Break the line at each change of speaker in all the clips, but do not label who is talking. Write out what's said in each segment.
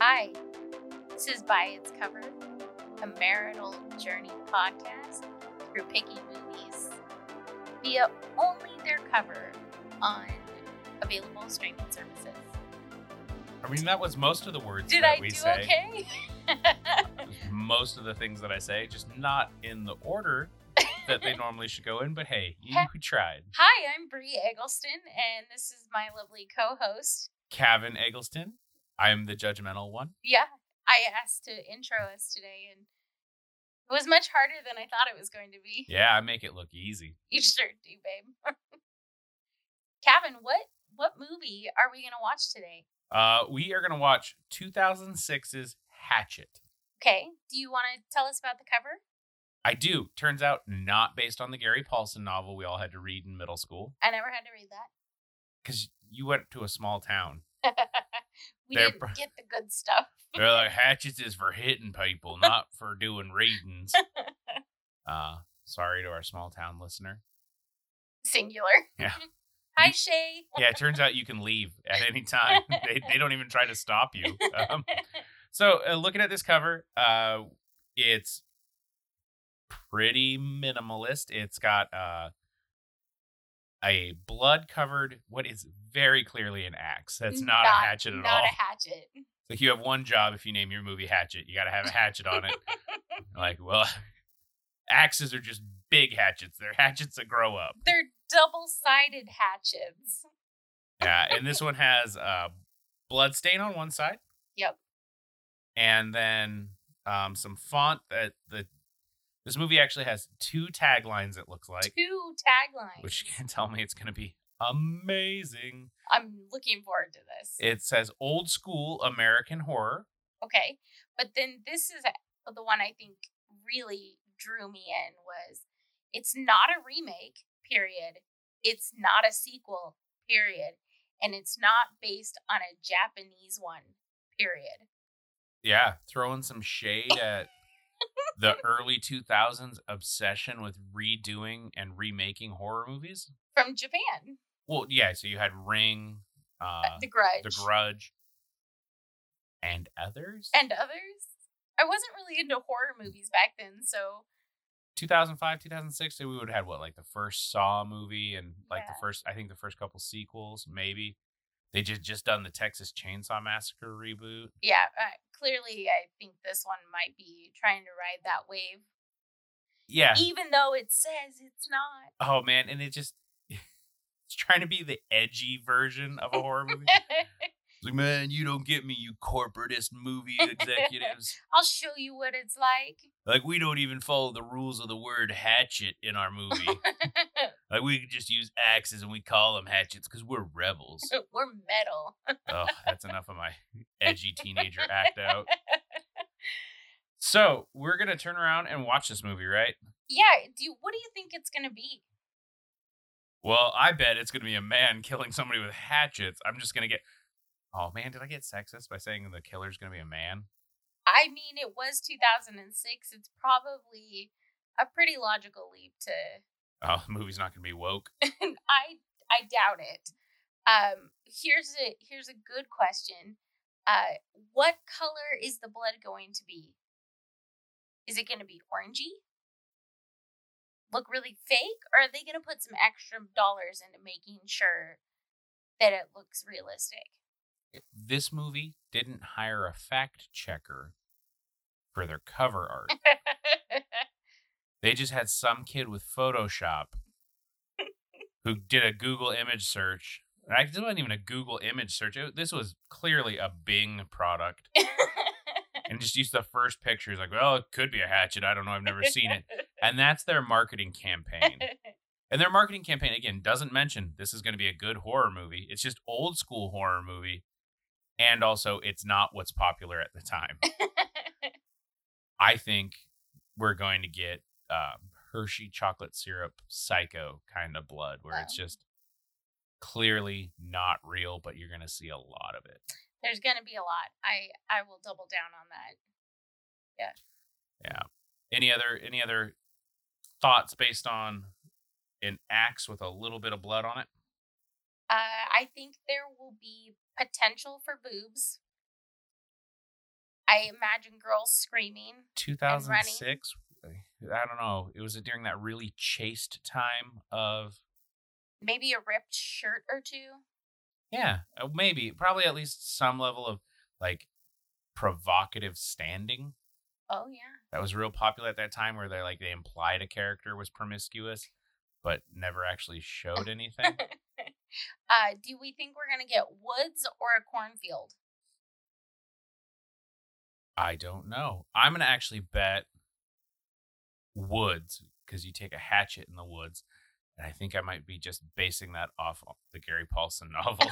Hi, this is By Its Cover, a marital journey podcast through picky movies via only their cover on available streaming services.
I mean, that was most of the words
Did
that
I
we
do
say.
okay?
Most of the things that I say, just not in the order that they normally should go in. But hey, you tried.
Hi, I'm Bree Eggleston, and this is my lovely co host.
Kevin Eggleston, I am the judgmental one.
Yeah, I asked to intro us today, and it was much harder than I thought it was going to be.
Yeah, I make it look easy.
You sure do, babe. Kevin, what what movie are we gonna watch today?
Uh, we are gonna watch 2006's Hatchet.
Okay. Do you want to tell us about the cover?
I do. Turns out not based on the Gary Paulson novel we all had to read in middle school
I never had to read that.
because you went to a small town.
we
They're
didn't
pro-
get the good stuff.
They're like hatchets is for hitting people, not for doing readings. Uh, sorry to our small town listener.
Singular.
Yeah.
Hi,
You-
Shay.
Yeah, it turns out you can leave at any time. they, they don't even try to stop you. Um, so, uh, looking at this cover, uh, it's pretty minimalist. It's got uh, a blood covered, what is very clearly an axe. That's not, a hatchet at all.
Not a hatchet.
like, you have one job if you name your movie Hatchet. You got to have a hatchet on it. like, well, axes are just big hatchets, they're hatchets that grow up.
They're double sided hatchets.
Yeah, and this one has uh blood stain on one side.
Yep.
And then um some font that the this movie actually has two taglines it looks like,
Two taglines.
which you can tell me it's going to be amazing.
I'm looking forward to this.
It says old school American horror.
okay. But then this is the one I think really drew me in was it's not a remake, period. It's not a sequel, period. And it's not based on a Japanese one, period.
Yeah, throwing some shade at the early 2000s obsession with redoing and remaking horror movies.
From Japan.
Well, yeah, so you had Ring uh,
the Grudge.
The Grudge, and others.
and others. I wasn't really into horror movies back then, so
2005, 2006, we would have had what, like the first Saw movie and like the
Yeah.
first, I think the first couple sequels, maybe. They just just done the Texas Chainsaw Massacre reboot.
yeah, uh, clearly I think this one might be trying to ride that wave,
Yeah.
even though it says it's not.
Oh man, and it just it's trying to be the edgy version of a horror movie. It's like, man, you don't get me, you corporatist movie executives.
I'll show you what it's like.
like we don't even follow the rules of the word hatchet in our movie. Like we could just use axes and we call them hatchets because we're rebels.
We're metal.
oh, that's enough of my edgy teenager act out. So we're gonna turn around and watch this movie, right?
Yeah. Do you, what do you think it's gonna be?
Well, I bet it's gonna be a man killing somebody with hatchets. I'm just gonna get. Oh man, did I get sexist by saying the killer's gonna be a man?
I mean, it was 2006. It's probably a pretty logical leap to.
Oh, the movie's not gonna be woke.
I I doubt it. Um, here's a here's a good question. Uh, what color is the blood going to be? Is it going to be orangey? Look really fake, or are they going to put some extra dollars into making sure that it looks realistic?
This movie didn't hire a fact checker for their cover art. They just had some kid with Photoshop who did a Google image search. Actually, this wasn't even a Google image search. It- this was clearly a Bing product and just used the first pictures like, well, it could be a hatchet. I don't know. I've never seen it. And that's their marketing campaign. And their marketing campaign, again, doesn't mention this is going to be a good horror movie. It's just old school horror movie. And also, it's not what's popular at the time. I think we're going to get um, Hershey chocolate syrup psycho kind of blood, where it's just clearly not real, but you're going to see a lot of it.
There's going to be a lot. I I will double down on that.
Yeah. Any other any other thoughts based on an axe with a little bit of blood on it?
Uh, I think there will be potential for boobs. I imagine girls screaming.
2006. Eh, I don't know. It was during that really chaste time of
Maybe a ripped shirt or two.
yeah, uh, maybe probably at least some level of like provocative standing.
Oh yeah.
that was real popular at that time where they like they implied a character was promiscuous but never actually showed anything
Uh, do we think we're gonna get woods or a cornfield?
i don't know i'm gonna actually bet woods because you take a hatchet in the woods and i think i might be just basing that off the gary paulson novel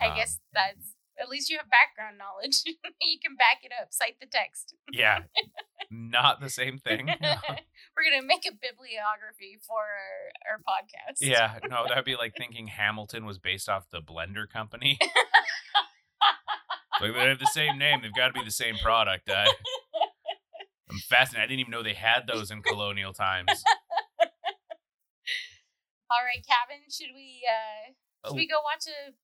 I
Um,
guess that's at least you have background knowledge. you can back it up, cite the text.
yeah not the same thing
We're gonna make a bibliography for our, our podcast.
yeah no that'd be like thinking hamilton was based off the blender company like they have the same name they've got to be the same product i i'm fascinated i didn't even know they had those in colonial times
All right, Kevin, should we uh should
Oh.
we go watch a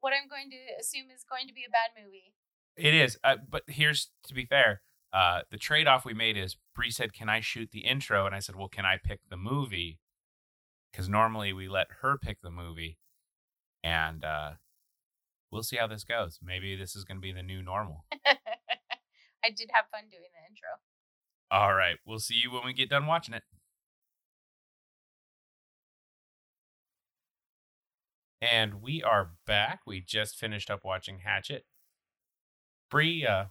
what I'm going to assume is going to be a bad movie?
it is uh, but here's to be fair uh, the trade-off we made is bree said can i shoot the intro and i said well can i pick the movie because normally we let her pick the movie and uh, we'll see how this goes maybe this is going to be the new normal
I did have fun doing the intro.
All right. We'll see you when we get done watching it. And we are back. We just finished up watching Hatchet. Bree, uh,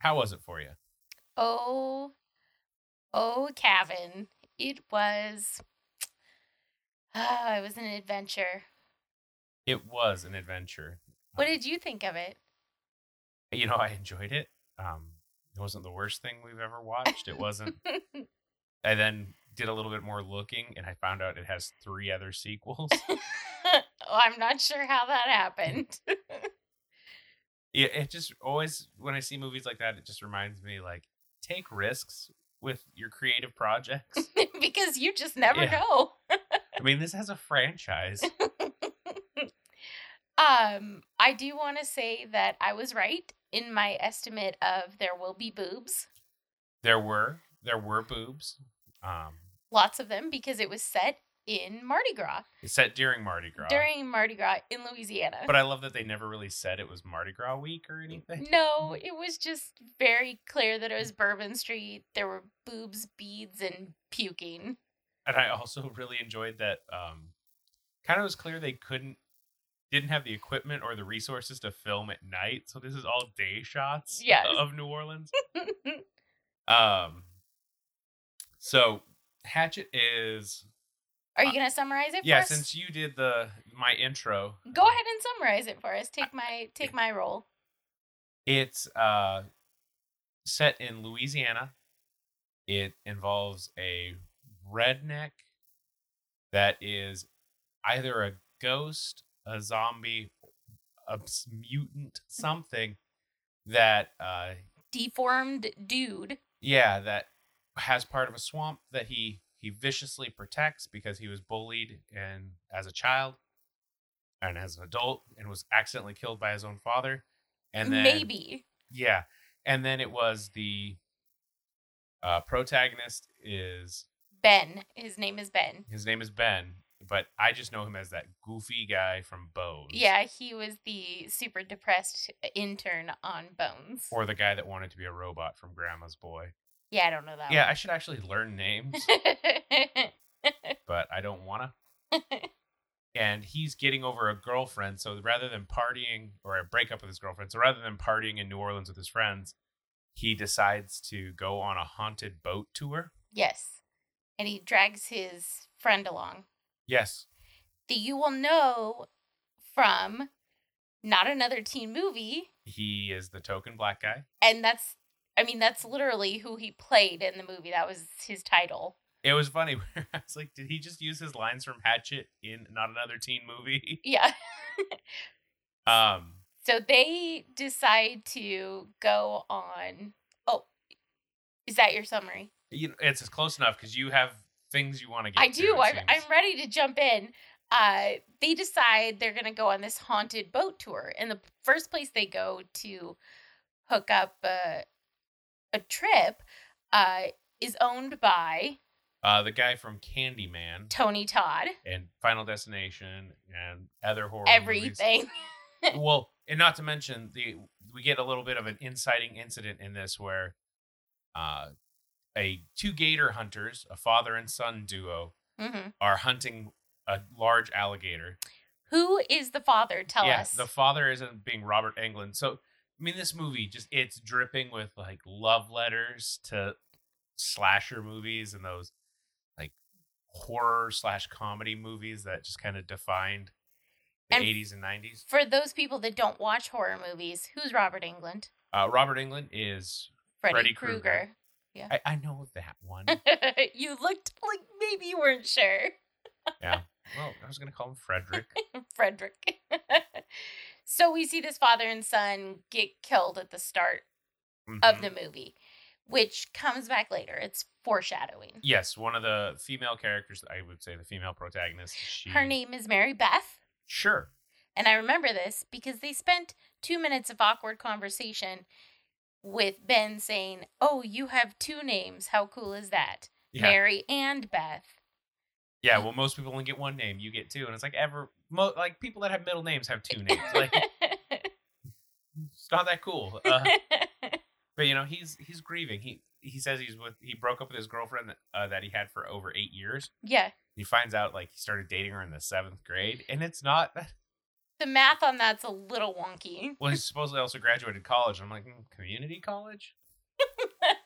how was it for you?
Oh, oh, Kevin, it was. Oh, it was an adventure.
It was an adventure.
What did you think of it?
You know, I enjoyed it. Um, it wasn't the worst thing we've ever watched. It wasn't. I then did a little bit more looking, and I found out it has three other sequels.
oh, I'm not sure how that happened.
Yeah, it just always when I see movies like that, it just reminds me like take risks with your creative projects.
because you just never
Yeah.
know.
I mean, this has a franchise.
Um, I do want to say that I was right in my estimate of there will be boobs,
There were there were boobs. Um,
lots of them, because it was set in Mardi Gras
it's set during Mardi Gras.
during Mardi Gras in Louisiana.
but I love that they never really said it was Mardi Gras week
Mm,
or anything.
No, it was just very clear that it was Bourbon Street. There were boobs, beads, and puking.
And I also really enjoyed that. Um, kind of was clear they couldn't didn't have the equipment or the resources to film at night, so this is all day shots.
Yes.
of New Orleans. Um, so Hatchet is
Are you gonna summarize it
Uh, yeah.
for us?
Since you did the my intro,
Go ahead and summarize it for us. Take my take my role.
It's uh set in Louisiana. It involves a redneck that is either a ghost, a zombie, a s- mutant, something that uh
Deformed dude.
yeah that has part of a swamp that he he viciously protects because he was bullied and as a child and as an adult and was accidentally killed by his own father and then
Maybe.
yeah and then it was the uh protagonist is
Ben. His name is Ben.
his name is ben but i just know him as that goofy guy from bones
Yeah, he was the super depressed intern on Bones.
or the guy that wanted to be a robot from grandma's boy
yeah, I don't know that
yeah i should actually learn names
one.
but I don't wanna. and he's getting over a girlfriend, so rather than partying or a breakup with his girlfriend, so rather than partying in New Orleans with his friends, he decides to go on a haunted boat tour.
yes. And he drags his friend along.
Yes.
that you will know from not another teen movie
He is the token black guy.
and that's i mean that's literally who he played in the movie that was his title
It was funny. I was like, did he just use his lines from Hatchet in not another teen movie?
yeah
Um
so they decide to go on oh is that your summary
you know, it's close enough because you have things you want to get
i
to,
do
it
I'm,
seems.
I'm ready to jump in uh, they decide they're going to go on this haunted boat tour. And the first place they go to hook up a, a trip uh, is owned by
Uh, the guy from Candyman
Tony Todd.
and Final Destination and other horror movies.
Everything.
well, and not to mention the we get a little bit of an inciting incident in this where uh a two gator hunters, a father and son duo,
hmm
are hunting a large alligator.
Who is the father? Tell
yeah,
us.
the father isn't being Robert Englund. So I mean this movie just it's dripping with like love letters to slasher movies and those like horror slash comedy movies that just kind of defined the
And-
80s and 90s.
For those people that don't watch horror movies, who's Robert England?
Uh, Robert England is. Freddy
Freddy,
Krueger.
Krueger.
I, I know that one.
you looked like maybe you weren't sure.
well, I was gonna call him Frederick.
Frederick. so we see this father and son get killed at the start
Mhm.
of the movie, which comes back later. It's foreshadowing.
yes, one of the female characters. I would say the female protagonist. She,
Her name is Mary Beth.
Sure.
And I remember this because they spent two minutes of awkward conversation with Ben saying, Oh, you have two names. How cool is that?
Yeah.
Mary and Beth.
Yeah. Well, most people only get one name. You get two, and it's like ever. Mo- like people that have middle names have two names. Like it's not that cool. Uh, but you know, he's he's grieving. He he says he's with. He broke up with his girlfriend uh, that he had for over eight years.
yeah.
He finds out like he started dating her in the seventh grade, and it's not that.
The math on that's a little wonky.
Well, he supposedly also graduated college. I'm like, "Mm, community college.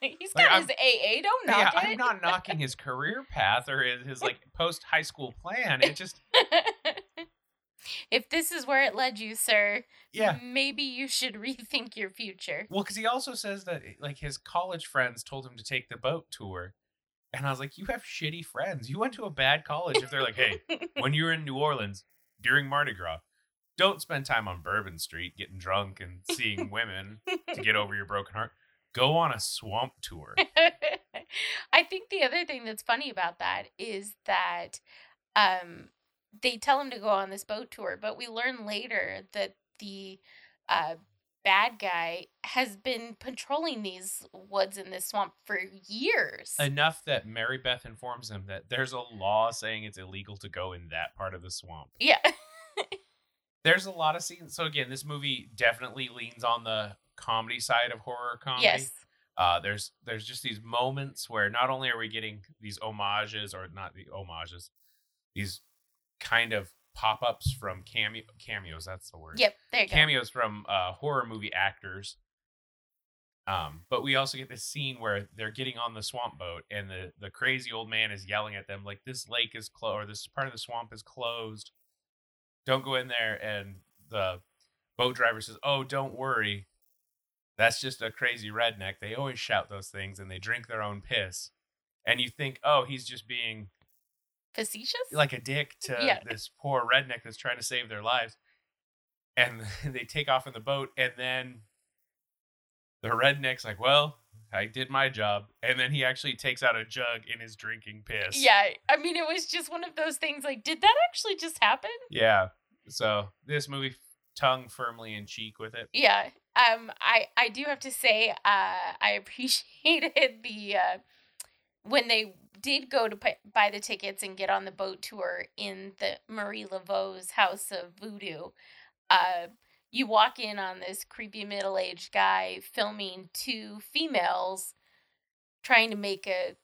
He's
Like,
got
I'm-
his AA. Don't knock
yeah,
it.
I'm not knocking his career path or his, his like post high school plan. It just
if this is where it led you, sir,
yeah.
maybe you should rethink your future.
Well, because he also says that eh, like his college friends told him to take the boat tour, and I was like, you have shitty friends. You went to a bad college. If they're like, hey, when you're in New Orleans during Mardi Gras, don't spend time on Bourbon Street getting drunk and seeing women to get over your broken heart. Go on a swamp tour.
I think the other thing that's funny about that is that um, they tell him to go on this boat tour, but we learn later that the uh, bad guy has been patrolling these woods in this swamp for years.
Enough that Mary Beth informs him that there's a law saying it's illegal to go in that part of the swamp.
yeah.
there's a lot of scenes. So again, this movie definitely leans on the comedy side of horror comedy.
Yes.
Uh, there's there's just these moments where not only are we getting these homages or not the homages, these kind of pop ups from cameo cameos. That's the word.
Yep. There you go.
Cameos from uh, horror movie actors. Um, but we also get this scene where they're getting on the swamp boat and the the crazy old man is yelling at them like this lake is closed or this part of the swamp is closed. Don't go in there and the boat driver says, "Oh, don't worry. That's just a crazy redneck. They always shout those things and they drink their own piss." And you think, "Oh, he's just being
Facetious?
like a dick to
Yeah.
this poor redneck that's trying to save their lives. And they take off in the boat, and then the redneck's like, "Well, I did my job." And then he actually takes out a jug and is drinking piss.
Yeah, I mean, it was just one of those things. Like, did that actually just happen?
yeah. So this movie, tongue firmly in cheek with it.
Yeah. Um, I I do have to say, uh, I appreciated the uh, when they did go to pu- buy the tickets and get on the boat tour in the Marie Laveau's House of Voodoo. Uh, you walk in on this creepy middle aged guy filming two females trying to make a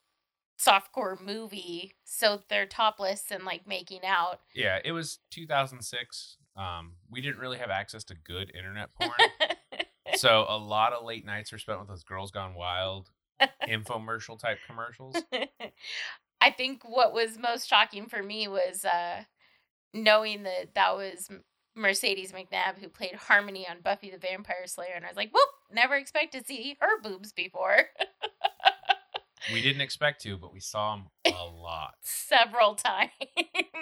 softcore movie, so they're topless and like making out.
Yeah, it was 2006. Um, we didn't really have access to good internet porn, so a lot of late nights were spent with those Girls Gone Wild infomercial type commercials.
I think what was most shocking for me was uh, knowing that that was M- Mercedes McNabb who played Harmony on Buffy the Vampire Slayer, and I was like, "Whoop! Never expect to see her boobs before."
We didn't expect to, but we saw them a lot.
Several times.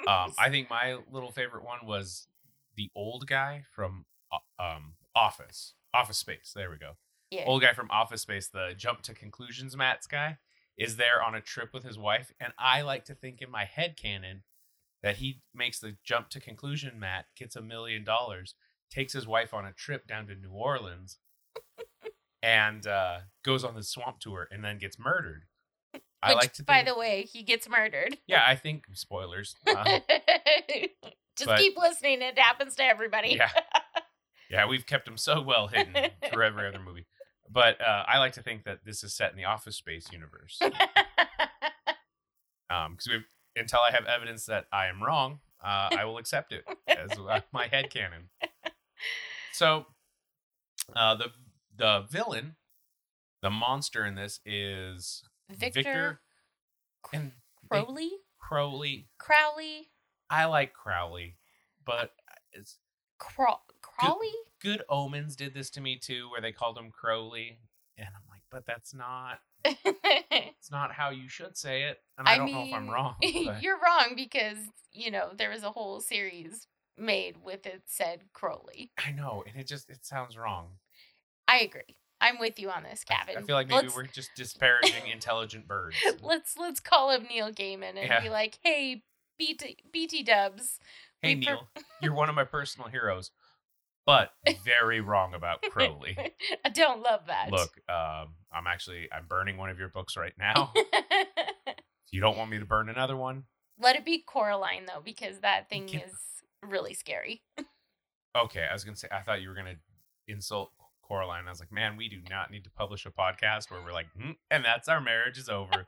Um, I think my little favorite one was the old guy from uh, um, Office, Office Space. There we go.
Yeah.
Old guy from Office Space, the jump to conclusions Matt's guy, is there on a trip with his wife, and I like to think in my head canon that he makes the jump to conclusion Matt gets a million dollars, takes his wife on a trip down to New Orleans, and uh, goes on the swamp tour and then gets murdered. I
Which,
like to
by
think-
the way, he gets murdered.
yeah, I think spoilers. Uh,
Just
but-
keep listening. It happens to everybody.
yeah. Yeah, we've kept him so well hidden through every other movie. But uh, I like to think that this is set in the office space universe. Um, because we until I have evidence that I am wrong, uh, I will accept it as uh, my headcanon. So, uh, the the villain, the monster in this is
Victor,
and
Crowley?
Crowley.
Crowley?
I like Crowley, but uh, it's
Craw- Crawley?
Good Omens did this to me too, where they called him Crowley, and I'm like, but that's not it's not how you should say it, and I,
I
don't know if I'm
mean,
wrong. but-
You're wrong because, you know, there was a whole series made with it said Crowley.
I know, and it just it sounds wrong.
I agree. I'm with you on this,
I-
Gavin.
I feel like maybe
Let's-
we're just disparaging intelligent birds.
let's let's call up Neil Gaiman and
Yeah.
be like, "Hey, BT, BT Dubs,
Hey
we per-
Neil, you're one of my personal heroes, but very wrong about Crowley.
I don't love that."
Look, um, I'm actually I'm burning one of your books right now. If you don't want me to burn another one,
let it be Coraline though, because that thing
can't-
is really scary.
okay. I was gonna say I thought you were gonna insult Coraline. I was like, man, we do not need to publish a podcast where we're like, "Mm, and that's our marriage is over.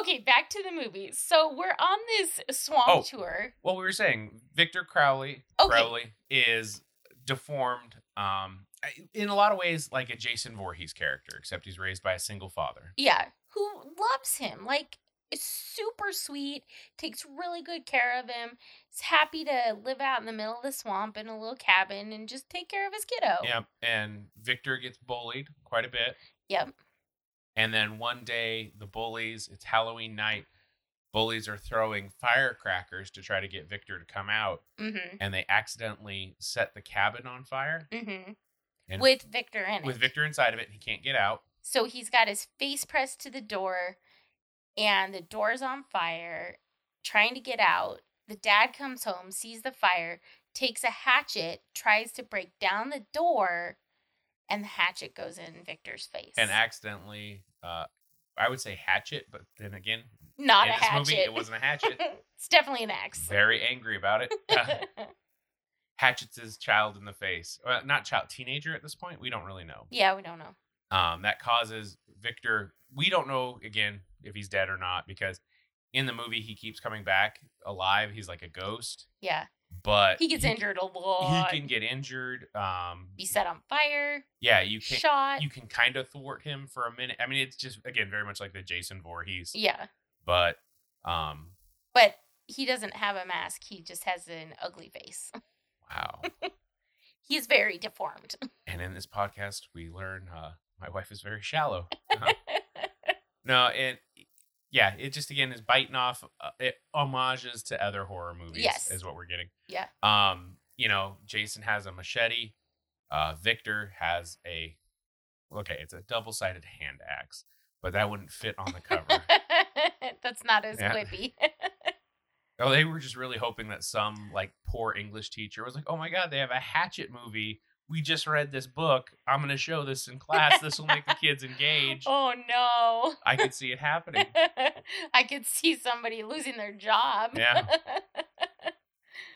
okay, back to the movies. So we're on this swamp
Oh.
tour.
Well, we were saying Victor Crowley.
Okay.
Crowley is deformed. Um, I- in a lot of ways, like a Jason Voorhees character, except he's raised by a single father.
Yeah, who loves him like. Is super sweet, takes really good care of him, is happy to live out in the middle of the swamp in a little cabin and just take care of his kiddo.
Yep. And Victor gets bullied quite a bit.
Yep.
And then one day, the bullies. It's Halloween night. Bullies are throwing firecrackers to try to get Victor to come out,
Mm-hmm.
and they accidentally set the cabin on fire
Mm-hmm.
And-
with Victor in it.
with Victor inside of it. He can't get out.
So he's got his face pressed to the door, and the door's on fire, trying to get out. The dad comes home, sees the fire, takes a hatchet, tries to break down the door, and the hatchet goes in Victor's face.
and accidentally uh i would say hatchet but then again
Not
in
a
this
hatchet.
movie it wasn't a hatchet
it's definitely an axe.
very angry about it hatchets his child in the face well, not child teenager at this point we don't really know
yeah, we don't know.
um that causes victor we don't know again if he's dead or not because in the movie he keeps coming back alive he's like a ghost
Yeah,
but
he gets
he,
injured a
he
lot.
can get injured um
be set on fire,
yeah you can
shot.
you can kind of thwart him for a minute. I mean, it's just again very much like the Jason Voorhees,
yeah,
but um,
but he doesn't have a mask. He just has an ugly face.
Wow.
He's very deformed.
and in this podcast, we learn uh, my wife is very shallow. uh-huh. no, and yeah, it just again is biting off uh, it, homages to other horror movies.
Yes.
is what we're getting.
Yeah.
Um, you know, Jason has a machete. Uh, Victor has a okay, it's a double-sided hand axe, but that wouldn't fit on the cover.
That's not as
Yeah.
quippy.
Oh, they were just really hoping that some like poor English teacher was like, "Oh my god, they have a Hatchet movie. We just read this book. I'm going to show this in class. This will make the kids engage."
oh no.
I could see it happening.
I could see somebody losing their job.
Yeah.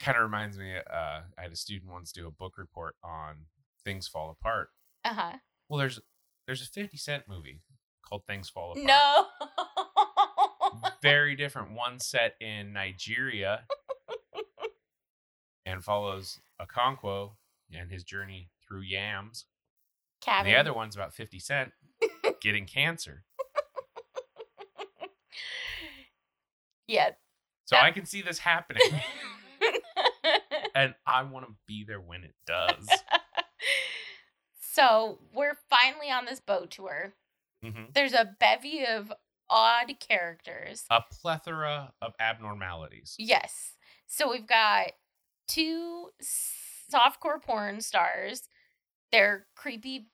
Kind of reminds me. Uh, I had a student once do a book report on Things Fall Apart.
uh-huh.
Well, there's there's a 50 Cent movie called Things Fall Apart.
No.
very different. One set in Nigeria and follows Okonkwo and his journey through yams. And
Cabin.
the other one's about 50 Cent getting cancer.
Yeah.
So
Yeah.
I can see this happening. and I want to be there when it does.
so we're finally on this boat tour.
Mhm.
There's a bevy of odd characters.
A plethora of abnormalities.
Yes. So we've got two softcore porn stars, their creepy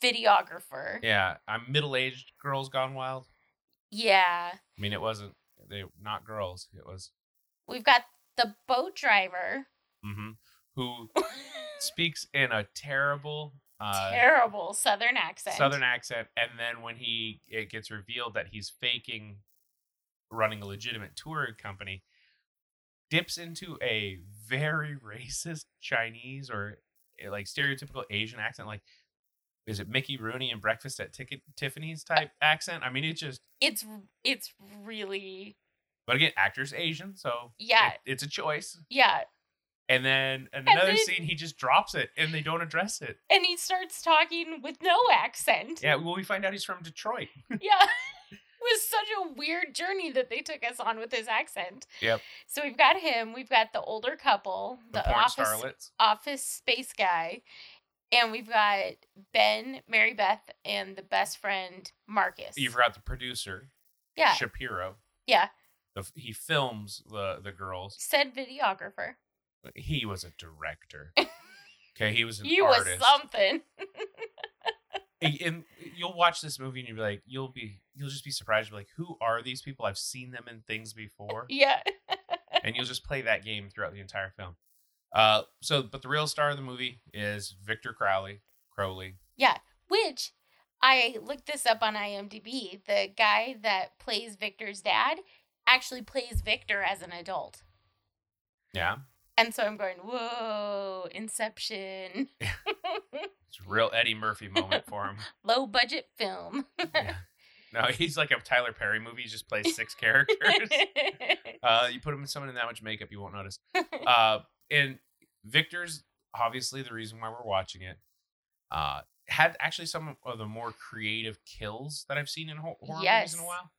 videographer. Yeah.
Yeah, I'm middle aged girls gone wild. I mean, it wasn't, they not girls, it was
We've got the boat driver.
hmm Who speaks in a terrible, uh,
Terrible southern accent.
southern accent, and then when he it gets revealed that he's faking running a legitimate touring company, dips into a very racist Chinese or eh, like stereotypical Asian accent, like is it Mickey Rooney and Breakfast at Ticket Tiffany's
Uh,
type accent? I mean, it's just
It's it's really
but again, actors Asian, so
yeah
it- it's a choice.
yeah.
And then in another
then-
scene, he just drops it, and they don't address it.
And he starts talking with no accent.
Yeah, well, we find out he's from Detroit.
yeah. It was such a weird journey that they took us on with his accent.
Yep.
So we've got him, we've got the older couple,
The,
the,
porn
office
starlets.
office space guy, and we've got Ben, Mary Beth, and the best friend Marcus.
You forgot the producer.
yeah.
Shapiro.
Yeah.
The, he films the the girls.
Said videographer.
He was a director. Okay, he was an
He was
artist.
something.
And- and you'll watch this movie and you'll be like, you'll be, you'll just be surprised. You'll be like, who are these people? I've seen them in things before,
Yeah.
and you'll just play that game throughout the entire film. Uh, so, but the real star of the movie is Victor Crowley. Crowley.
Which I looked this up on IMDb. The guy that plays Victor's dad actually plays Victor as an adult.
Yeah,
And so I'm going, whoa, Inception,
it's a real Eddie Murphy moment for him.
low budget film.
Yeah. No, he's like a Tyler Perry movie. He just plays six characters. Uh, you put him in someone in that much makeup, you won't notice. Uh, and Victor's obviously the reason why we're watching it. Uh, had actually some of the more creative kills that I've seen in hor- horror movies
Yes.
in a while.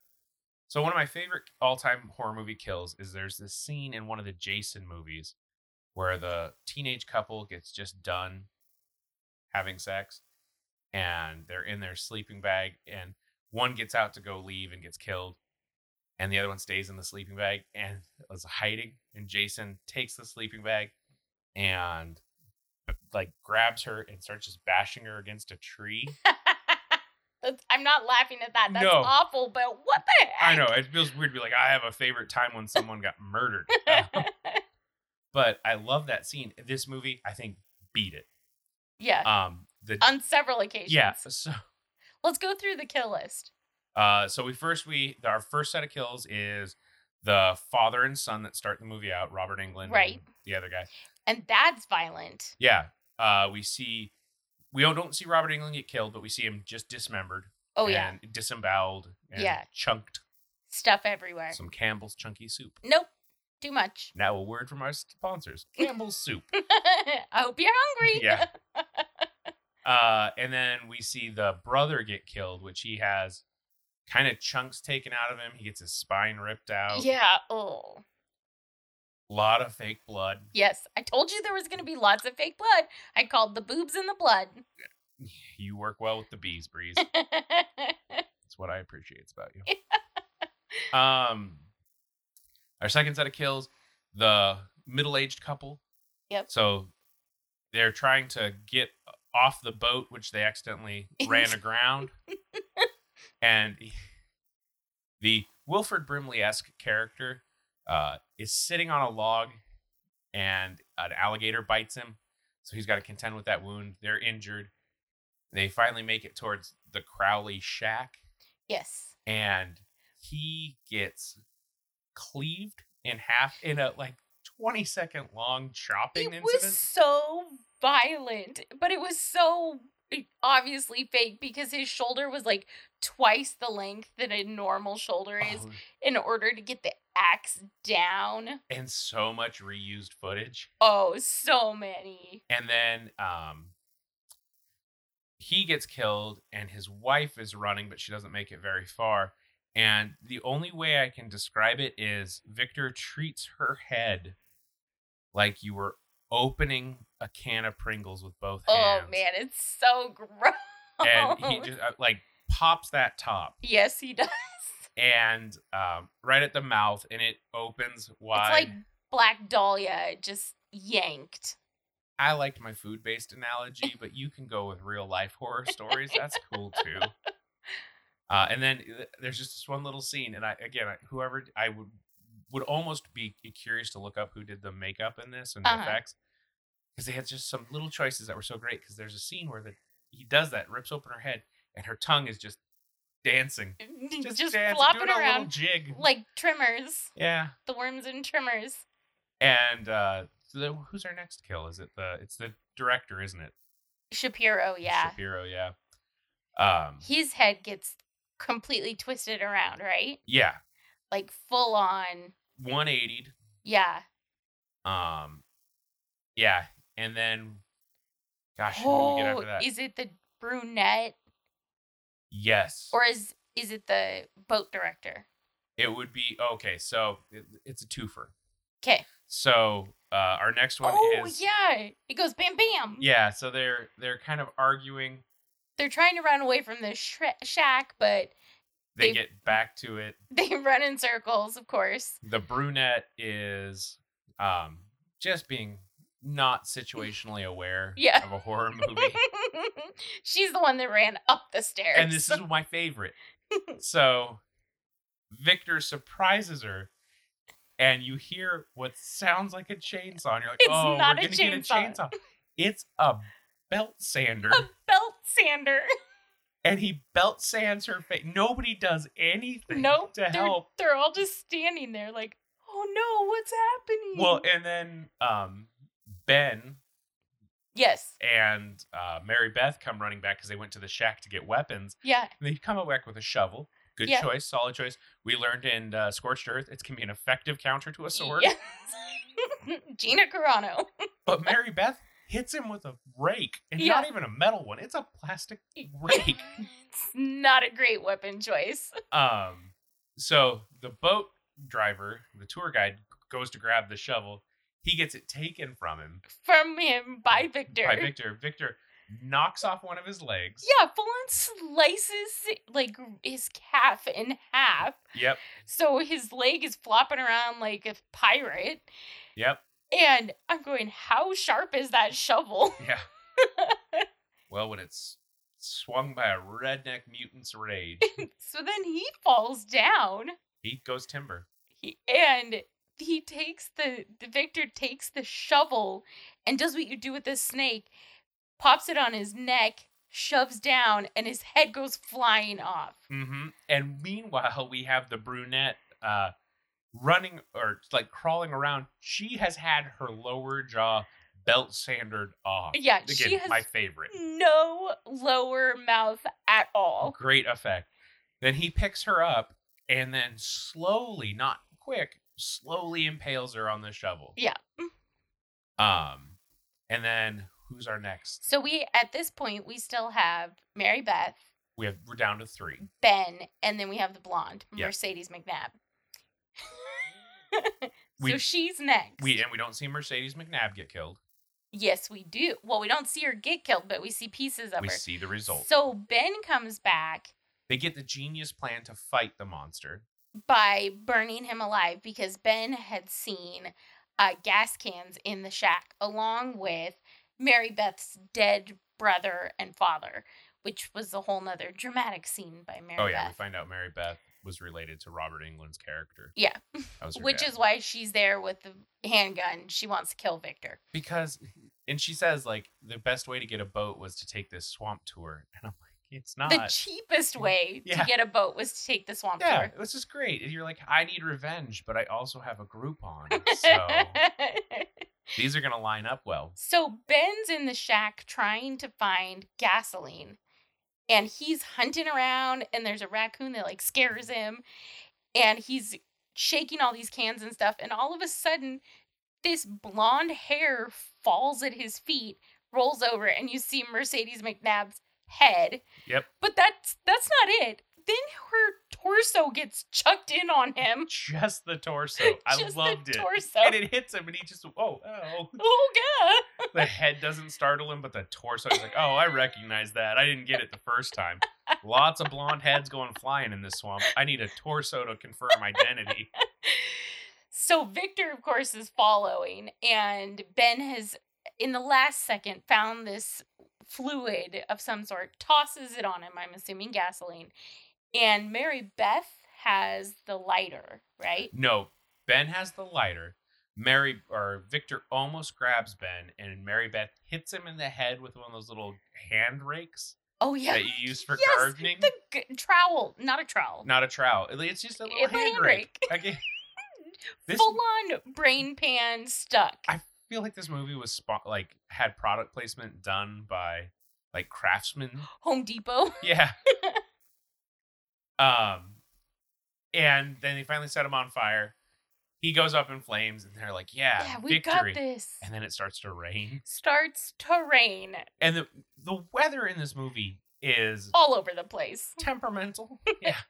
So one of my favorite all-time horror movie kills is there's this scene in one of the Jason movies where the teenage couple gets just done having sex and they're in their sleeping bag and one gets out to go leave and gets killed and the other one stays in the sleeping bag and is hiding and jason takes the sleeping bag and uh, like grabs her and starts just bashing her against a tree
That's- I'm not laughing at that. That's
No.
awful, but what the
i
heck?
know it feels weird to be like i have a favorite time when someone got murdered Uh, but i love that scene this movie i think beat it
yeah.
um the
on several occasions.
yeah so
Let's go through the kill list.
Uh, so we first we our first set of kills is the father and son that start the movie out, Robert England, and
Right.
the other guy.
And that's violent.
Yeah. Uh, we see we don't, don't see Robert England get killed, but we see him just dismembered.
Oh, yeah.
and disemboweled. And
Yeah.
chunked
Stuff everywhere.
some Campbell's chunky soup.
Nope. Too much.
Now a word from our sponsors, Campbell's soup.
I hope you're hungry.
Yeah. Uh, and then we see the brother get killed, which he has kind of chunks taken out of him. He gets his spine ripped out.
Yeah. Oh.
A lot of fake blood.
Yes. I told you there was going to be lots of fake blood. I called the boobs and the blood.
You work well with the bees, Breeze. That's what I appreciate about you. um, our second set of kills, the middle-aged couple.
Yep.
So they're trying to get off the boat, which they accidentally ran aground, and the Wilfred Brimley-esque character uh, is sitting on a log, and an alligator bites him. So he's got to contend with that wound. They're injured. They finally make it towards the Crowley shack
yes.
and he gets cleaved in half in a like 20 second long chopping
it
incident.
was so violent, but it was so eh, obviously fake because his shoulder was like twice the length that a normal shoulder is
Oh,
in order to get the axe down.
and so much reused footage.
Oh, so many.
And then um he gets killed and his wife is running but she doesn't make it very far. And the only way I can describe it is Victor treats her head like you were opening a can of Pringles with both
Oh
hands.
man, it's so gross.
and he
Oh.
just uh, like pops that top
yes, he does.
and um, right at the mouth and it opens wide
It's like Black Dahlia just yanked.
i liked my food-based analogy but you can go with real life horror stories that's cool too uh, and then uh, there's just this one little scene and i again I, whoever i would would almost be curious to look up who did the makeup in this and
Uh-huh.
the effects because they had just some little choices that were so great. Because there's a scene where the, he does that, rips open her head, and her tongue is just dancing,
Just,
dancing,
flopping
doing a little
around
jig.
like trimmers,
Yeah,
the worms and trimmers.
and uh, so the, who's our next kill? Is it the? It's the director, isn't it?
Shapiro, yeah.
Shapiro. Yeah. Um.
His head gets completely twisted around, right?
yeah.
Like full on.
One eighty.
Yeah.
Um. Yeah, and then, gosh, who do we get
Oh,
after that?
is it the brunette
yes.
or is is it the boat director?
It would be okay. So it, it's a twofer.
Okay.
So uh, our next one
Oh
is
yeah, it goes bam bam.
yeah. So they're they're kind of arguing.
They're trying to run away from the shre shack, but
They
They-
get back to it.
they run in circles, of course.
The brunette is um, just being not situationally aware
Yeah.
of a horror movie,
She's the one that ran up the stairs.
and this is my favorite. So Victor surprises her. And you hear what sounds like a chainsaw, and you're like,
It's
"Oh,
not
we're
a
gonna get a
chainsaw."
chainsaw." It's a belt sander.
a belt sander.
and he belt sands her face. Nobody does anything
Nope.
to
they're,
help.
they're all just standing there like, oh no, what's happening?
Well, and then um, Ben
yes.
and uh, Mary Beth come running back because they went to the shack to get weapons.
Yeah.
And they come back with a shovel. Good
Yeah.
choice, solid choice. We learned in uh, Scorched Earth, it can be an effective counter to a sword.
Yes. Gina Carano.
But Mary Beth hits him with a rake, and
Yeah.
not even a metal one. It's a plastic rake.
It's not a great weapon choice.
Um, so the boat driver, the tour guide, goes to grab the shovel. He gets it taken from him
From him by Victor.
by Victor. Victor knocks off one of his legs.
Yeah, full on slices like his calf in half.
Yep.
So his leg is flopping around like a pirate.
Yep.
And I'm going, how sharp is that shovel?
Yeah. well, when it's swung by a redneck mutant's rage,
so then he falls down.
he goes timber.
He, and he takes the, the Victor takes the shovel and does what you do with a snake, pops it on his neck, shoves down, and his head goes flying off.
hmm And meanwhile, we have the brunette uh, running or like crawling around. She has had her lower jaw belt sandered off.
Yeah,
Again,
she has
my favorite.
no lower mouth at all.
great effect. Then he picks her up and then slowly, not quick, slowly impales her on the shovel.
Yeah. Mm.
Um, and then who's our next?
So we at this point we still have Mary Beth,
We have we're down to three.
Ben, and then we have the blonde,
Yeah.
Mercedes McNabb. so
We-
she's next.
We and we don't see Mercedes McNabb get killed.
yes, we do. Well, we don't see her get killed, but we see pieces of
We
her.
see the result.
So Ben comes back
they get the genius plan to fight the monster.
by burning him alive because Ben had seen uh, gas cans in the shack along with Mary Beth's dead brother and father, which was a whole nother dramatic scene by Mary
oh yeah, we
Beth.
find out Mary Beth was related to Robert England's character.
Yeah.
That was her
Which
dad.
is why she's there with the handgun. She wants to kill Victor.
because and she says like the best way to get a boat was to take this swamp tour. And I'm like, it's not
the cheapest way to
Uh, Yeah.
get a boat was to take the swamp
Yeah,
tour.
this is great. And you're like, I need revenge, but I also have a Groupon. So these are going to line up well.
so Ben's in the shack trying to find gasoline. And he's hunting around, and there's a raccoon that like scares him. And he's shaking all these cans and stuff. And all of a sudden, this blonde hair falls at his feet, rolls over, and you see Mercedes McNabb's head.
Yep.
But that's that's not it. Then her torso gets chucked in on him.
Just the torso. I
Just
loved
the
it.
Torso.
And it hits him, and he just, oh, oh.
oh god.
The head doesn't startle him, but the torso is like, oh, I recognize that. I didn't get it the first time. Lots of blonde heads going flying in this swamp. I need a torso to confirm identity.
So Victor, of course, is following, and Ben has, in the last second, found this fluid of some sort, tosses it on him, I'm assuming gasoline. And Mary Beth has the lighter, right?
No, Ben has the lighter. Mary or Victor almost grabs Ben, and Mary Beth hits him in the head with one of those little hand rakes
Oh yeah.
that you use for
Yes,
gardening.
The g- trowel, not a trowel.
Not a trowel. It's just a little
It's a
hand,
hand
rake. Again, this
Full on brain pan stuck.
I feel like this movie was spot like had product placement done by like craftsmen.
Home Depot.
Yeah. um, and then they finally set him on fire. He goes up in flames, and they're like, "Yeah,
yeah, we
victory!"
got this.
And then it starts to rain,
Starts to rain
and the the weather in this movie is
all over the place
temperamental,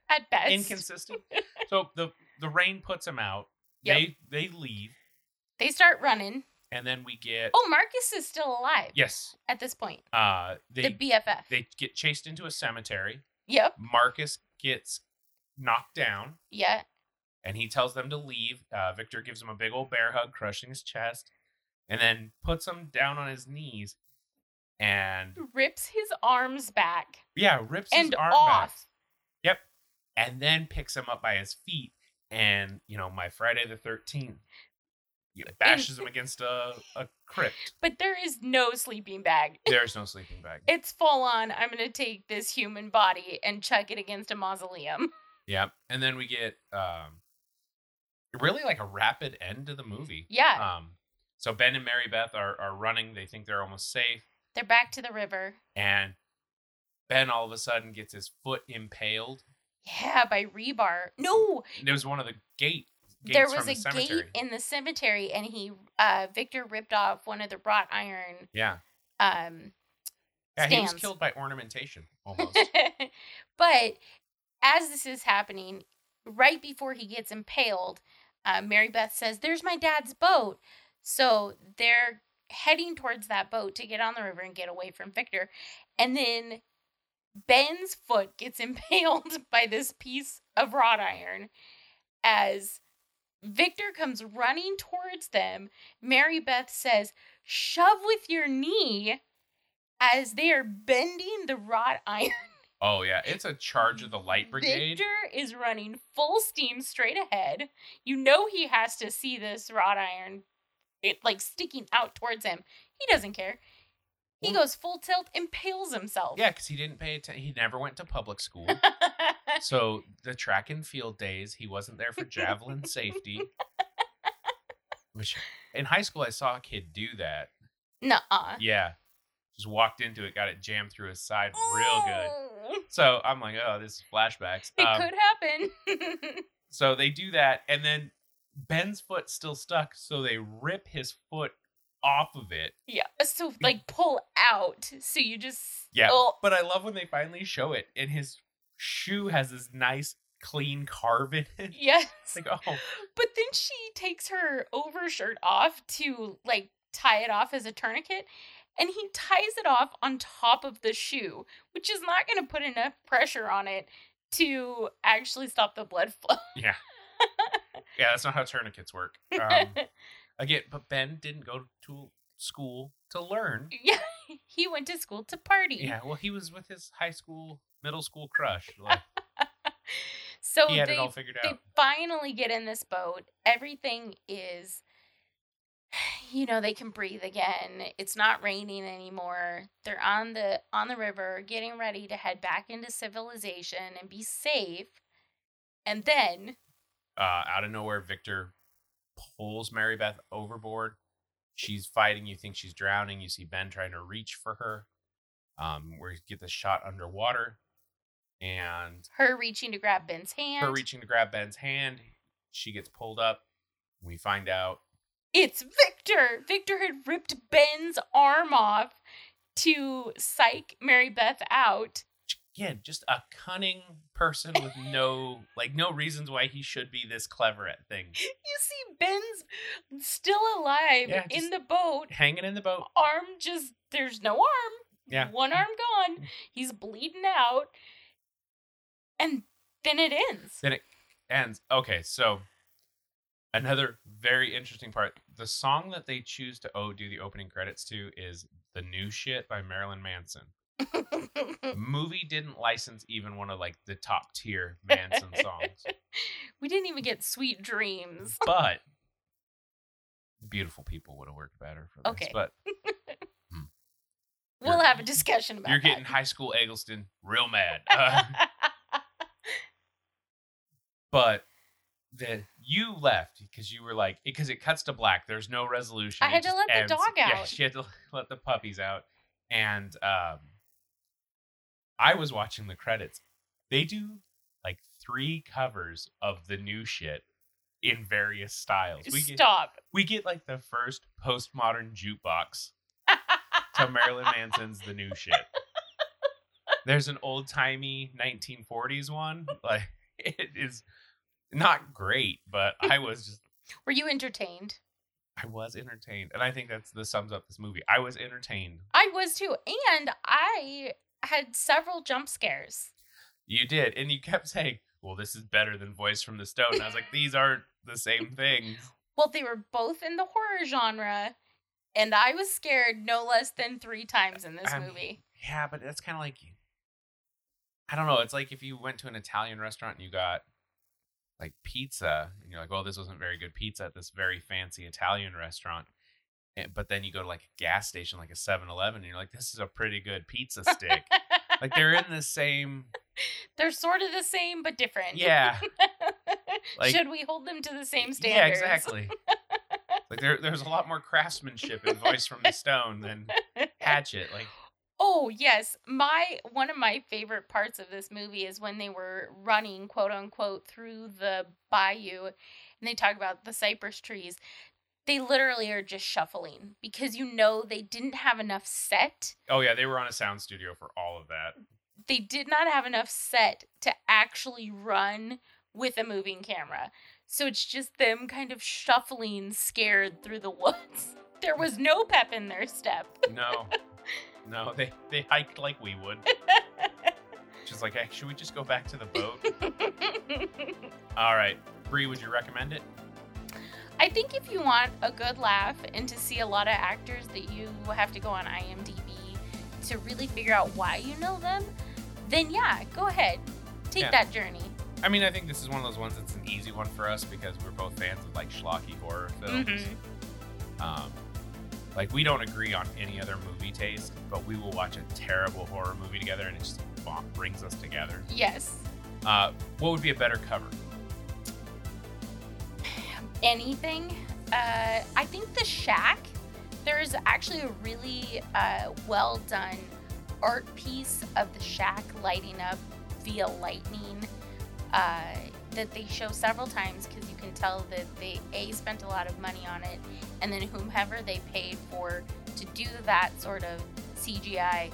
at best.
inconsistent. so the the rain puts him out.
Yep.
They they leave,
they start running.
and then we get
Oh, Marcus is still alive
yes.
at this point.
Uh, they
the BFF.
they get chased into a cemetery.
yep.
Marcus gets knocked down
Yeah.
and he tells them to leave. Uh, Victor gives him a big old bear hug, crushing his chest, and then puts him down on his knees and,
Rips his arms back
yeah, rips his
and
arm
off.
back and then picks him up by his feet. And, you know, my Friday the 13th you know, bashes him against a, a crypt.
But there is no sleeping bag.
There's no sleeping bag.
It's full on. I'm going to take this human body and chuck it against a mausoleum.
Yeah. And then we get um, really like a rapid end to the movie.
Yeah.
Um, so Ben and Mary Beth are, are running. They think they're almost safe.
They're back to the river.
And Ben all of a sudden gets his foot impaled.
Yeah, by rebar. No,
There was one of the gate gates
there was
from
a
the cemetery.
gate in the cemetery, and he, uh, Victor, ripped off one of the wrought iron.
yeah.
Um,
Yeah, he was
Stands.
killed by ornamentation almost.
but as this is happening, right before he gets impaled, uh, Mary Beth says, "There's my dad's boat." So they're heading towards that boat to get on the river and get away from Victor, and then Ben's foot gets impaled by this piece of wrought iron as. Victor comes running towards them. Mary Beth says, Shove with your knee as they are bending the wrought iron.
oh yeah. It's a charge of the light brigade.
Victor is running full steam straight ahead. You know he has to see this wrought iron, it like sticking out towards him. He doesn't care. He
Well-
goes full tilt, impales himself.
Yeah, because he didn't pay attention. He never went to public school. so the track and field days, he wasn't there for javelin safety. Which in high school I saw a kid do that.
Nuh-uh.
Yeah. Just walked into it, got it jammed through his side real good.
Ooh.
So I'm like, oh, this is flashbacks.
Oh. It
Um,
could happen.
So they do that, and then Ben's foot still stuck, so they rip his foot off of it.
yeah. So like pull out. So you just
Yeah.
Oh,
But I love when they finally show it, and his shoe has this nice, clean carve in it.
yes.
It's like, oh,
But then she takes her overshirt off to like tie it off as a tourniquet, and he ties it off on top of the shoe, which is not going to put enough pressure on it to actually stop the blood flow.
yeah. Yeah, that's not how tourniquets work. Um, again, but Ben didn't go to school to learn.
yeah, he went to school to party.
Yeah, well, he was with his high school, middle school crush. Like,
So
he had
Oh, they
it all figured
they
out.
finally get in this boat. Everything is, you know, they can breathe again. It's not raining anymore. They're on the on the river, getting ready to head back into civilization and be safe. And then,
uh, out of nowhere, Victor pulls Mary Beth overboard. She's fighting. You think she's drowning. You see Ben trying to reach for her. Um, where you get the shot underwater, and
her reaching to grab Ben's hand.
her reaching to grab Ben's hand, she gets pulled up. We find out.
it's Victor. Victor had ripped Ben's arm off to psych Mary Beth out.
Again, just a cunning person with no like no reasons why he should be this clever at things.
You see Ben's still alive
Yeah,
in
just-
the boat.
Hanging in the boat.
arm just there's no arm.
Yeah.
One arm gone. He's bleeding out. And then it ends.
Then it ends. Okay, so another very interesting part. The song that they choose to oh do the opening credits to is The New Shit by Marilyn Manson. Movie didn't license even one of like the top tier Manson songs,
we didn't even get sweet dreams.
but beautiful people would have worked better for this.
Okay.
But
We'll
You're-
have a discussion about
you're
that.
getting high school Eggleston real mad. Uh, but then you left because you were like because it cuts to black. There's no resolution.
I
It
had to
just
let the dog
Yeah,
out.
she had to let the puppies out, and um, I was watching the credits. They do like three covers of the new shit in various styles. We get
Stop.
we get like the first postmodern jukebox to Marilyn Manson's The New Shit. There's an old timey 1940s one. Like it is not great, but I was just
Were you entertained?
I was entertained, and I think that's the sums up this movie. I was entertained.
I was too, and I had several jump scares.
You did, and you kept saying, "Well, this is better than Voice from the Stone." And I was like, "These aren't the same thing."
Well, they were both in the horror genre, and I was scared no less than three times in this
I mean-
movie.
Yeah, but that's kind of like I don't know. It's like if you went to an Italian restaurant and you got like pizza, and you're like, "Well, this wasn't very good pizza at this very fancy Italian restaurant," and, but then you go to like a gas station, like a 7-Eleven, and you're like, "This is a pretty good pizza stick." like they're in the same.
They're sort of the same but different.
Yeah. Like-
Should we hold them to the same standards?
Yeah, exactly. like there, there's a lot more craftsmanship in Voice from the Stone than Hatchet. Like
Oh yes, my one of my favorite parts of this movie is when they were running quote unquote through the bayou and they talk about the cypress trees. They literally are just shuffling because you know they didn't have enough set.
Oh yeah, they were on a sound studio for all of that.
They did not have enough set to actually run with a moving camera. So it's just them kind of shuffling scared through the woods. There was no pep in their step.
No, no, they they hiked like we would. She's like, hey, should we just go back to the boat? All right, Bree, would you recommend it?
I think if you want a good laugh and to see a lot of actors that you have to go on IMDb to really figure out why you know them, then yeah, go ahead. Take
Yeah.
that journey.
I mean, I think this is one of those ones that's an easy one for us because we're both fans of like schlocky horror films.
Mhm.
Um, like we don't agree on any other movie taste, but we will watch a terrible horror movie together, and it just bon- brings us together.
Yes.
Uh, what would be a better cover?
Anything. Uh, I think The Shack, there's actually a really uh, well done art piece of The Shack lighting up via lightning uh, that they show several times because you can tell that they a spent a lot of money on it, and then whomever they paid for to do that sort of CGI,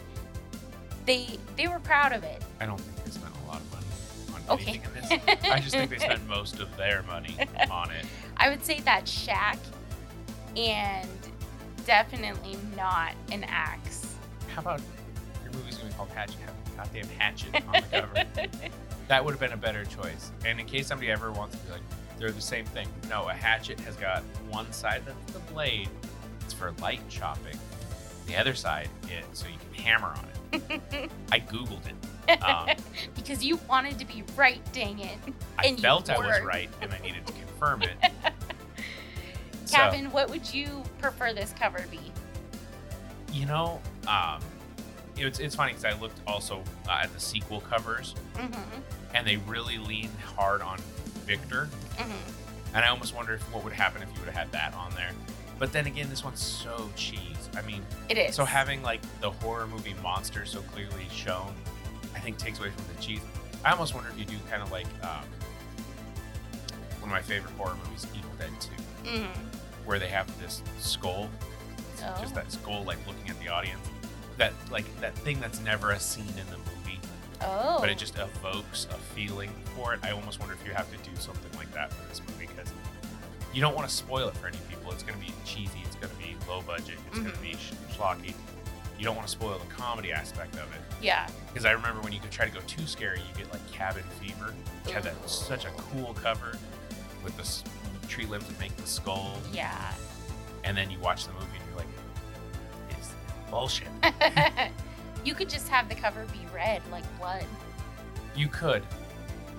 they they were proud of it.
I don't think they spent a lot of money on
Okay.
anything in this. I just think they spent most of their money on it.
I would say that shack, and definitely not an axe.
How about your movie's gonna be called Hatchet? Have a goddamn hatchet on the cover. that would have been a better choice. And in case somebody ever wants to be like, they're the same thing. No, a hatchet has got one side that's the blade. It's for light chopping. The other side, it so you can hammer on it. I googled it. Um,
because you wanted to be right, dang it.
I
And you
felt I was
were.
right, and I needed to confirm it. So-
Kevin, what would you prefer this cover be?
You know, um, it's it's funny because I looked also uh, at the sequel covers,
Mm-hmm,
and they really lean hard on Victor,
mm-hmm.
and I almost wonder if, what would happen if you would have had that on there. But then again, this one's so cheese. I mean,
It is.
so having like the horror movie monster so clearly shown, I think takes away from the cheese. I almost wonder if you do kind of like um, one of my favorite horror movies, Evil Dead Two,
Mm.
where they have this skull
Oh.
just that skull like looking at the audience that like that thing that's never a scene in the movie
oh.
but it just evokes a feeling for it i almost wonder if you have to do something like that for this movie because you don't want to spoil it for any people it's going to be cheesy it's going to be low budget it's going to
Mhm.
be sh- schlocky you don't want to spoil the comedy aspect of it
Yeah.
because i remember when you could try to go too scary you get like cabin fever which had that such a cool cover with the s- tree limbs that make the skull
Yeah. Eh.
and then you watch the movie and you're like it's bullshit
You could just have the cover be red, like blood.
You could.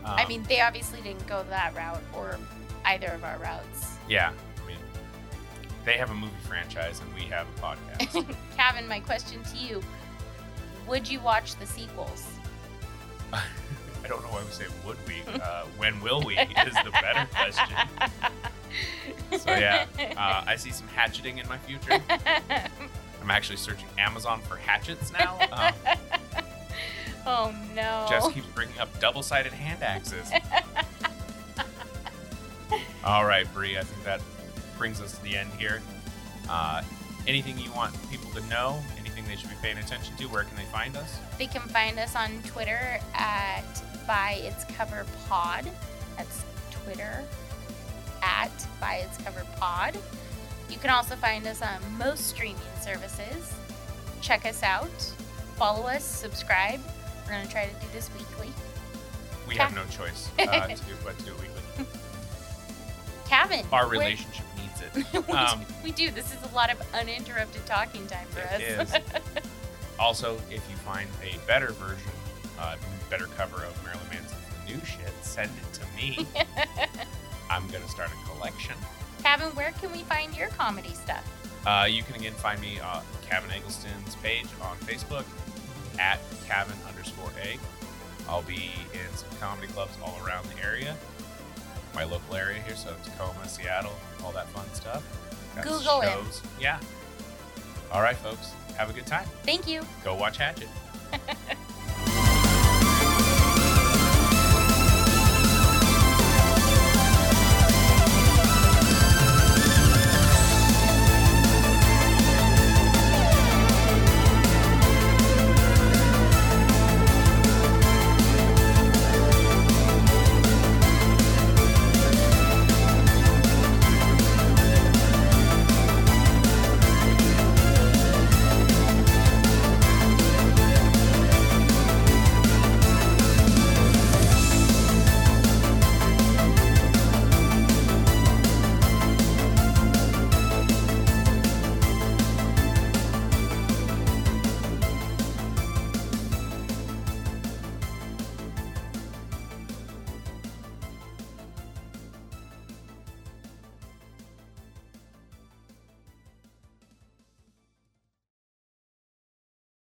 I
Um,
mean, they obviously didn't go that route or either of our routes.
yeah. I mean, they have a movie franchise and we have a podcast.
Kevin, my question to you Would you watch the sequels?
I don't know why we say would we. Uh, when will we is the better question. So, yeah. Uh, I see some hatcheting in my future. I'm actually searching Amazon for hatchets now. Um,
oh no.
Jess keeps bringing up double-sided hand axes. All right, Bree. I think that brings us to the end here. Uh, anything you want people to know? Anything they should be paying attention to? Where can they find us?
They can find us on Twitter at by its cover pod. That's Twitter at by its cover pod. You can also find us on most streaming services. Check us out, follow us, subscribe. We're gonna try to do this weekly.
We have no choice uh, to do but to do it weekly.
Kevin,
Our
where-
relationship needs it.
we, do-
um,
we do. This is a lot of uninterrupted talking time for us.
It is. also, if you find a better version, uh, better cover of Marilyn Manson's The New Shit, send it to me. I'm going to start a collection.
Kevin, where can we find your comedy stuff?
Uh, you can again find me on Kevin Eggleston's page on Facebook at Kevin underscore egg. I'll be in some comedy clubs all around the area, my local area here, so Tacoma, Seattle, all that fun stuff.
Google him.
shows. Yeah. All right, folks, have a good time.
Thank you.
Go watch Hatchet.